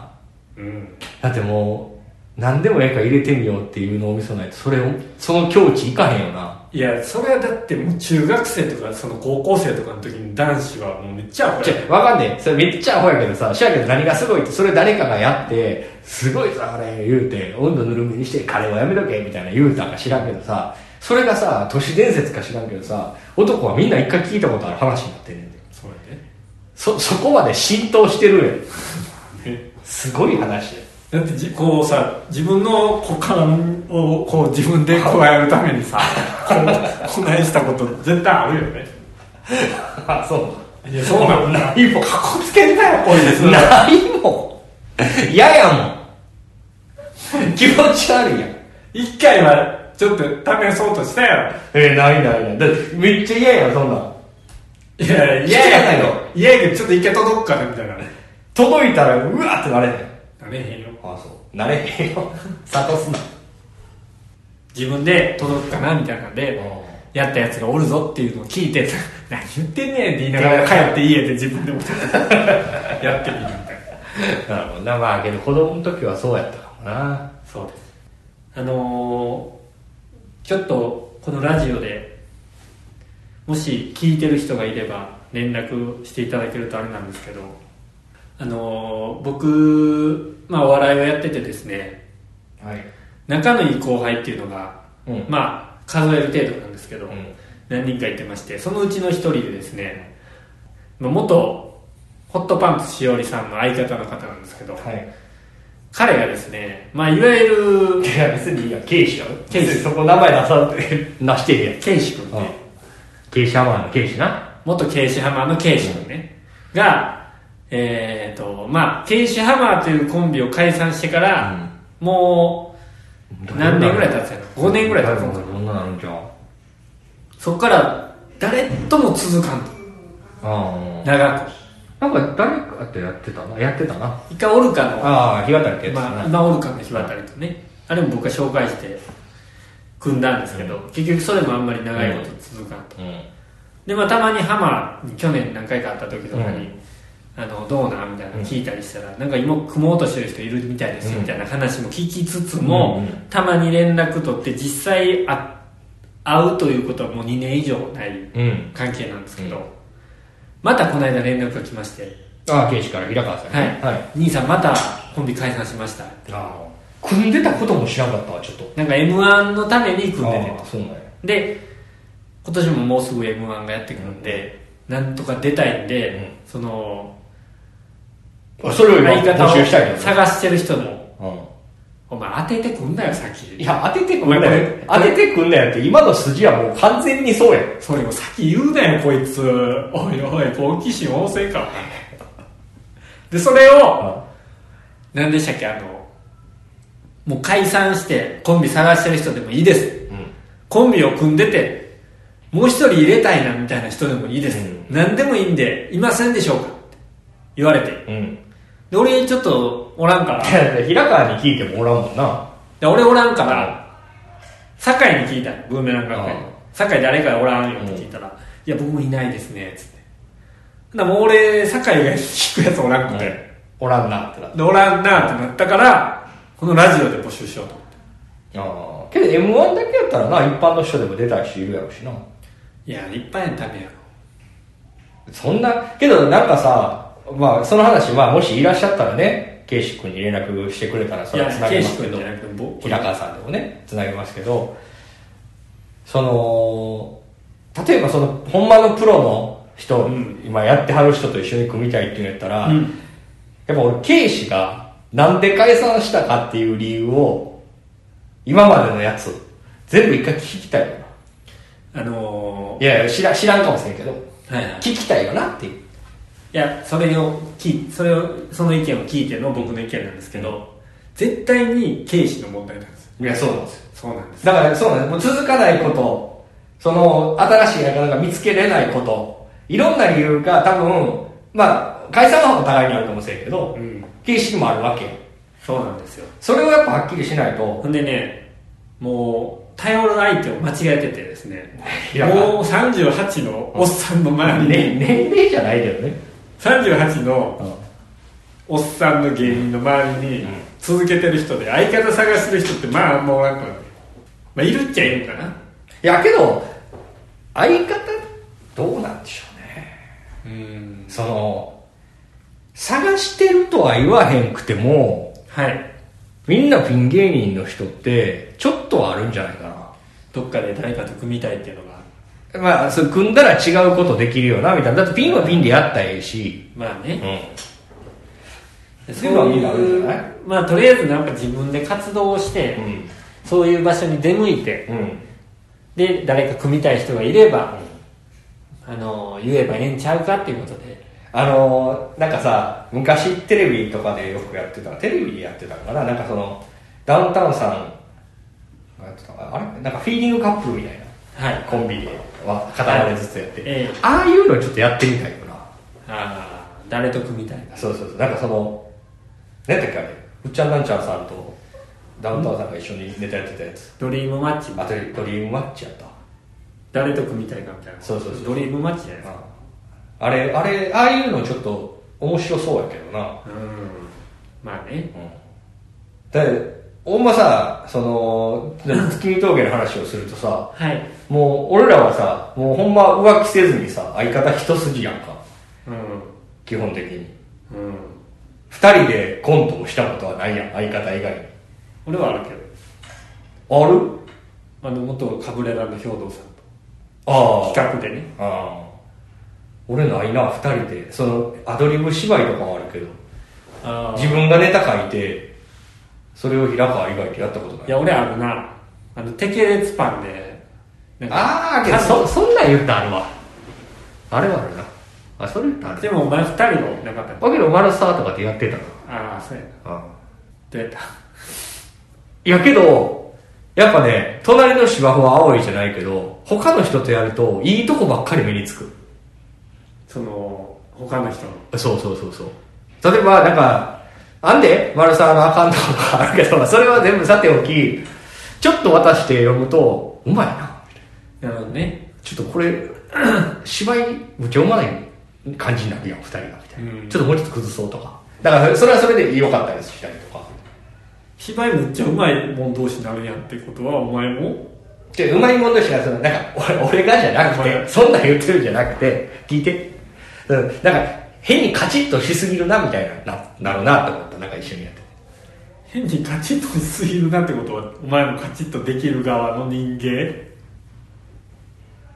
Speaker 1: うん、
Speaker 2: だってもう何でもええから入れてみようっていう脳みそないとそれをその境地いかへんよない
Speaker 1: やそれはだってもう中学生とかその高校生とかの時に男子はもうめっちゃアホ
Speaker 2: じゃ
Speaker 1: や
Speaker 2: わかんねえそれめっちゃアホやけどさしやけど何がすごいってそれ誰かがやってすごいぞあれ言うて温度ぬるめにしてカレーはやめとけみたいな言うたんか知らんけどさそれがさ都市伝説か知らんけどさ男はみんな一回聞いたことある話になってんねんで
Speaker 1: そうやね
Speaker 2: そそこまで浸透してるんや
Speaker 1: え
Speaker 2: すごい話や
Speaker 1: だってじこうさ自分の股間をこう自分でこうやるためにさこうこないしたこと絶対あるよね
Speaker 2: あそう
Speaker 1: いやそうなの
Speaker 2: ないもん
Speaker 1: かっこつけんなよこいつ
Speaker 2: ないもん嫌やもん気持ち悪いやん
Speaker 1: 一回はちょっと試そうとしたや
Speaker 2: えー、ないないないだってめっちゃ嫌やんそんなん
Speaker 1: ろいや
Speaker 2: 嫌やけど
Speaker 1: いやいやけどちょっと一回届くかなみたいな
Speaker 2: 届いたらうわーってなれへん
Speaker 1: なれへんよ
Speaker 2: あそうなれへんよ諭すな
Speaker 1: 自分で届くかなみたいなんで
Speaker 2: う
Speaker 1: やったやつがおるぞっていうのを聞いて 何言ってんねんって言いながら帰って家で自分でも やってみるみたいな
Speaker 2: なるほどなまあけど子供の時はそうやったかもな
Speaker 1: そうですあのーちょっとこのラジオでもし聞いてる人がいれば連絡していただけるとあれなんですけどあのー僕、まあ、お笑いをやっててですね
Speaker 2: はい
Speaker 1: 仲のいい後輩っていうのが、
Speaker 2: うん
Speaker 1: まあ数える程度なんですけど、
Speaker 2: うん
Speaker 1: 何人かいてましてそのうちの一人でですねまあ元ホットパンツしおりさんの相方の方なんですけど、
Speaker 2: はい
Speaker 1: 彼がですね、まあ、いわゆ る
Speaker 2: いや別にいいや警視やろ
Speaker 1: 警視
Speaker 2: 別にそこ名 前出さんなしてへんや
Speaker 1: ケイシ君
Speaker 2: ん、うん
Speaker 1: ね、
Speaker 2: 警視ハマーの警視な
Speaker 1: 元ケイシハマーのケイシ君ね、が、えっ、と、まあ、ケイシハマーというコンビを解散してから、もう、何年ぐらい経つやろ ?5 年ぐらい経つのかな。
Speaker 2: こんななるんじゃん
Speaker 1: そっから、誰とも続かんと。
Speaker 2: あ
Speaker 1: 長く。
Speaker 2: あなんか誰かってやってたなやってたな
Speaker 1: 一回オルカの、
Speaker 2: ああ日渡りってやつ
Speaker 1: まあ、
Speaker 2: な、
Speaker 1: 今オルカの日渡りとね、あれも僕が紹介して、組んだんですけど、結局それもあんまり長いこと続かんと。
Speaker 2: うん
Speaker 1: でまあ、たまにハマーに去年何回か会った時とかに「あのどうなん?」みたいなの聞いたりしたら、なんか今組もうとしてる人いるみたいですよ
Speaker 2: うん
Speaker 1: みたいな話も聞きつつも、
Speaker 2: うんうん
Speaker 1: たまに連絡取って実際あ会うということはもう2年以上ない
Speaker 2: うん。
Speaker 1: 関係なんですけど、
Speaker 2: うん
Speaker 1: またこの間連絡が来まして
Speaker 2: ああ、警視から平川さん、
Speaker 1: はい、
Speaker 2: はい。
Speaker 1: 兄さんまたコンビ解散しました
Speaker 2: ああ。組んでたことも知らなかったわ、ちょっと。
Speaker 1: なんか m 1のために組んでて
Speaker 2: ああ、そうなんや。
Speaker 1: で今年ももうすぐ m 1がやってくるんで、なんとか出たいんで、
Speaker 2: うん
Speaker 1: その
Speaker 2: あそれを今、
Speaker 1: 相方
Speaker 2: 募集したい
Speaker 1: を
Speaker 2: けどね。
Speaker 1: 探してる人も
Speaker 2: う
Speaker 1: お前当ててくんなよ先
Speaker 2: ん。いや、当ててくん
Speaker 1: お
Speaker 2: な
Speaker 1: 前
Speaker 2: よ
Speaker 1: これ。
Speaker 2: 当ててくんなよって、今の筋はもう完全にそうや。
Speaker 1: それを先言うなよこいつおいおい好奇心旺盛かでそれを何でしたっけあのもう解散してコンビ探してる人でもいいです
Speaker 2: うん。
Speaker 1: コンビを組んでてもう一人入れたいなみたいな人でもいいです、
Speaker 2: う
Speaker 1: 何でもいいんでいませんでしょうかって言われて
Speaker 2: うん
Speaker 1: で俺ちょっとおらんから
Speaker 2: 平川に聞いてもおらんもんな
Speaker 1: で俺おらんから酒井に聞いたのブーメラン学会
Speaker 2: うん
Speaker 1: 酒井誰かおらんよって聞いたら、いや僕もいないですねっつってほんならもう俺酒井が聞くやつおらんくて、
Speaker 3: おらんなってなって
Speaker 1: でおらんなってなったからこのラジオで募集しようと思って
Speaker 2: ああけど m 1だけやったらな一般の人でも出た人いるやろしない
Speaker 1: や一般やっためやろ
Speaker 2: そんなけどなんかさまあその話まあもしいらっしゃったらね圭司君に連絡してくれたらそ
Speaker 1: い
Speaker 2: れはつ
Speaker 1: や
Speaker 2: なげ
Speaker 1: 圭
Speaker 2: ま
Speaker 1: 司
Speaker 2: すけ
Speaker 1: 君
Speaker 2: ど
Speaker 1: じゃなくてぼ
Speaker 2: 平川さんでもねつなげますけどその例えばそのほんまのプロの人、
Speaker 1: ん
Speaker 2: 今やってはる人と一緒に組みたいっていうんやったら、
Speaker 1: うん
Speaker 2: やっぱ俺圭司がなんで解散したかっていう理由を今までのやつ全部一回聞きたいよな
Speaker 1: あの
Speaker 2: いやいや知ら知らんかもしれんけど
Speaker 1: ー、はいはい
Speaker 2: 聞きたいよなっていう
Speaker 1: いやそれを聞いそれをその意見を聞いての僕の意見なんですけど、絶対に圭司の問題なんですよ
Speaker 2: いやそうなんですよ
Speaker 1: そうなんです
Speaker 2: だからそうなんですもう続かないことその新しいなかなか見つけれないこといろんな理由が多分まあ解散の方が互いにあるかもしれんけど、
Speaker 1: うん
Speaker 2: 形式もあるわけ
Speaker 1: そうなんですよ
Speaker 2: それをやっぱはっきりしないと
Speaker 1: ほんでねもう頼る相手を間違えててですね
Speaker 2: いや
Speaker 1: もう38のおっさんの周りに、
Speaker 2: ね年齢じゃないけどね、
Speaker 1: 38の
Speaker 2: うん
Speaker 1: おっさんの芸人の周りに続けてる人で相方探してる人ってまああんまおらんからね、まあ、いるっちゃいるんかない
Speaker 2: やけど相方どうなんでしょうね
Speaker 1: うん
Speaker 2: その探してるとは言わへんくても
Speaker 1: はい
Speaker 2: みんなピン芸人の人ってちょっとはあるんじゃないかな
Speaker 1: どっかで誰かと組みたいっていうのが
Speaker 2: まあ、それ組んだら違うことできるよな、みたいな。だってピンはピンでやったらええし。
Speaker 1: まあ
Speaker 2: うん
Speaker 1: ね、。
Speaker 3: そういうのはみんなあるんじゃない
Speaker 1: まあとりあえずなんか自分で活動をして、
Speaker 2: うん。
Speaker 1: そういう場所に出向いて
Speaker 2: うん。
Speaker 1: で誰か組みたい人がいれば、あの言えばええんちゃうかっていうことで
Speaker 2: あのーなんかさ、昔テレビとかでよくやってた、テレビでやってたのかななんかその、ダウンタウンさんがやってたのかなあれなんかフィーリングカップルみたい
Speaker 1: は
Speaker 2: な。コンビで、は片割れずつやって。
Speaker 1: ええ
Speaker 2: ああいうのちょっとやってみたいよな。
Speaker 1: ああ誰と組みたいか
Speaker 2: そうそうそう。なんかその、なんだっけあれ、うっちゃんなんちゃんさんとダウンタウンさんが一緒にネタやってたやつ。
Speaker 1: ドリームマッチ
Speaker 2: あと、ドリームマッチやった。
Speaker 1: 誰と組みたいかみたいな
Speaker 2: そうそうそう
Speaker 1: ドリームマッチじゃないですか
Speaker 2: あれあれああいうのちょっと面白そうやけどな、
Speaker 1: うんまあね
Speaker 2: うん、だってほんまさその月見峠の話をするとさ
Speaker 1: はい
Speaker 2: もう俺らはさもうほんま浮気せずにさ相方一筋やんか
Speaker 1: うん
Speaker 2: 基本的に
Speaker 1: うん
Speaker 2: 二人でコントをしたことはないやん相方以外に
Speaker 1: 俺はあるけど
Speaker 2: ある
Speaker 1: あの元カブレラの兵藤さん
Speaker 2: あ
Speaker 1: と
Speaker 2: あ
Speaker 1: 企画でね
Speaker 2: ああ俺ないな二人でそのアドリブ芝居とかはあるけど
Speaker 1: あ
Speaker 2: 自分がネタ書いてそれを平川以外でやったことない
Speaker 1: いや俺あるなあのテ系列パンでなんか
Speaker 2: ああけどそそんなん言ったらあるわあれはあるなあそれ言ったらあ
Speaker 1: で
Speaker 2: る
Speaker 1: もお前二人はなかったの
Speaker 2: わけでマルサーとかでやってたな
Speaker 1: ああそうやな
Speaker 2: あ
Speaker 1: どうやった
Speaker 2: いやけどやっぱね隣の芝生は青いじゃないけど他の人とやるといいとこばっかり目につく
Speaker 1: その他の人の
Speaker 2: そうそうそうそう例えばなんかあんで丸沢のあかんとこがあるけどそれは全部さておきちょっと渡して読むとうまい
Speaker 1: な
Speaker 2: な
Speaker 1: るほどね
Speaker 2: ちょっとこれ 芝居むっちゃうまい感じになるやん二人がみたいな、
Speaker 1: うん
Speaker 2: ちょっともうちょっと崩そうとかだからそれはそれで良かったりしたりとか
Speaker 1: 芝居めっちゃうまいもん同士になるやんってことはお前も
Speaker 2: でうまいもん同士がそのなんか俺俺がじゃなく
Speaker 1: は
Speaker 2: て
Speaker 1: い
Speaker 2: そんなん言ってるんじゃなくて聞いて、うん、なんか変にカチッとしすぎるなみたいなななるなと思ったなんか一緒にやってて
Speaker 1: 変にカチッとしすぎるなってことはお前もカチッとできる側の人間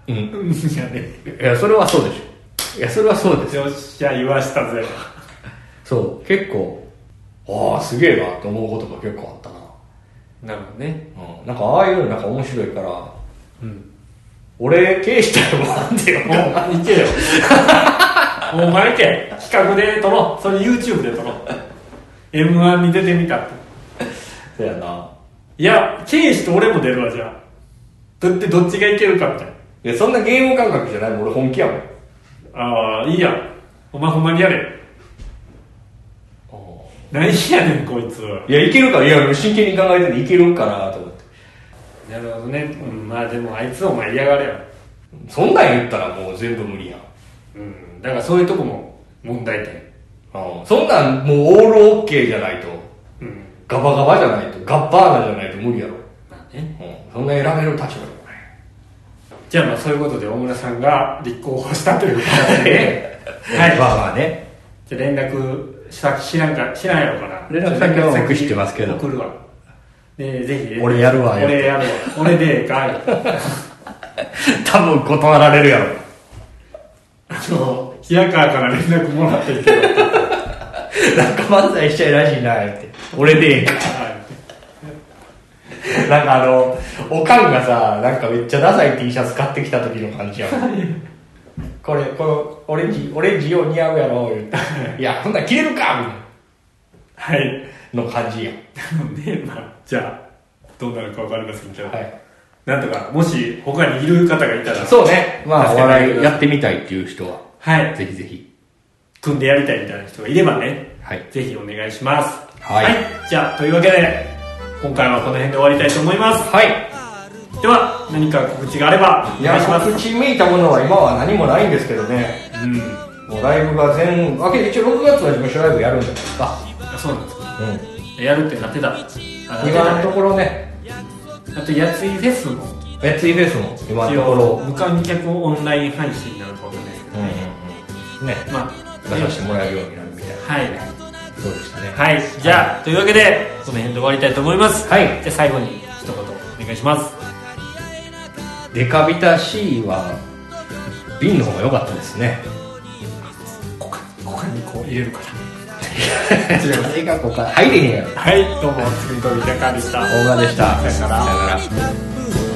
Speaker 2: うん
Speaker 1: うんいやね
Speaker 2: いや、それはそうでしょ。いや、それはそうですよ。
Speaker 1: よっしゃ言わしたぜ
Speaker 2: そう、結構、ああ、すげえなって思うことが結構あった
Speaker 1: なるほどね
Speaker 2: な。うん、なんか、ああいうのなんか面白いから、
Speaker 1: うん
Speaker 2: 俺、経営したらなんでよ。
Speaker 1: も ういけよお前いけ企画で撮ろうそれ YouTube で撮ろう m 1に出てみたって
Speaker 2: そうやな。
Speaker 1: いや、ケイシと俺も出るわ、じゃあ。だってどっちがいけるかみたい
Speaker 4: いやそんなゲーム感覚じゃないもん俺本気やもん
Speaker 1: なああいいやんお前ほんまにやれ何やねんこいつ
Speaker 4: いやいけるからいや真剣に考えてていけるんかなと思って
Speaker 1: なるほどね、うん、まあでもあいつお前嫌がれよ
Speaker 4: そんなん言ったらもう全部無理やん
Speaker 1: うんだからそういうとこも問題点
Speaker 4: そんなんもうオールオッケーじゃないと
Speaker 1: うん
Speaker 4: ガバガバじゃないとガッバーナじゃないと無理やろ、
Speaker 1: まあね
Speaker 4: うん、そんな選べる立場でもない
Speaker 1: じゃあまあそういうことで大村さんが立候補したということで ねはい
Speaker 2: まあまあね。
Speaker 1: じゃあ連絡した知らんか知らんやろかな
Speaker 2: 連絡先は僕知ってますけど
Speaker 1: 送るわでぜひ
Speaker 2: 俺やるわよ
Speaker 1: 俺やるわ俺でかい
Speaker 2: 多分断られるやろ。
Speaker 1: あの平川から連絡もらってるけど、はい、
Speaker 2: なんか漫才しちゃいらしいな、って。俺でええか。 なんかあの、おかんがさ、なんかめっちゃダサい T シャツ買ってきた時の感じやもん。これ、このオレンジ、オレンジよう似合うやろ、 言うて。いや、こんなん着れるか
Speaker 1: はい
Speaker 2: みたいなの感じやん。
Speaker 1: なのでまあじゃあどうなるか分かりませんけど、
Speaker 2: はい。
Speaker 1: なんとかもし他にいる方がいたら
Speaker 2: そうね。まあ、お
Speaker 1: 助けてあげてく
Speaker 2: 笑い
Speaker 1: ださい
Speaker 2: やってみたいっていう人は、
Speaker 1: はい
Speaker 2: ぜひぜひ。
Speaker 1: 組んでやりたいみたいな人がいればね
Speaker 2: はい。
Speaker 1: ぜひお願いします
Speaker 2: はい
Speaker 1: じゃあというわけで今回はこの辺で終わりたいと思います
Speaker 2: はい。
Speaker 1: では何か告知があればお
Speaker 2: い
Speaker 1: 願いし
Speaker 2: や、
Speaker 1: ます
Speaker 2: 告知めいたものは今は何もないんですけどね。
Speaker 1: うん
Speaker 2: もうライブが全、あけ一応6月は事務所ライブやるんじゃないですか。
Speaker 1: あそうなんですか
Speaker 2: うん。
Speaker 1: やるってなってたあ
Speaker 2: 今のと
Speaker 1: なって
Speaker 2: ころね、
Speaker 1: たあとやついフェスも
Speaker 2: え、ツイフェイスも今の
Speaker 1: 一
Speaker 2: とこ
Speaker 1: 応
Speaker 2: ろ、
Speaker 1: 無観客オンライン配信になるかわかんないですけ
Speaker 2: う
Speaker 1: ど
Speaker 2: んうんうん、ね、
Speaker 1: ま
Speaker 2: 出
Speaker 1: あ
Speaker 2: させてもらえるようになるみたい
Speaker 1: は
Speaker 2: な。
Speaker 1: い
Speaker 2: そうでしたね。
Speaker 1: はいじゃあというわけでこの辺で終わりたいと思います
Speaker 2: はい
Speaker 1: じゃあ最後に一言お願いします
Speaker 2: デカビタ C は、瓶の方が良かったで すね。
Speaker 1: ここここにこう入れるから
Speaker 2: 映画公開入れへんやろ。
Speaker 1: はい、どうも、つみとみたかでした。
Speaker 2: 動画でした。さよなら。さよなら。
Speaker 5: タップ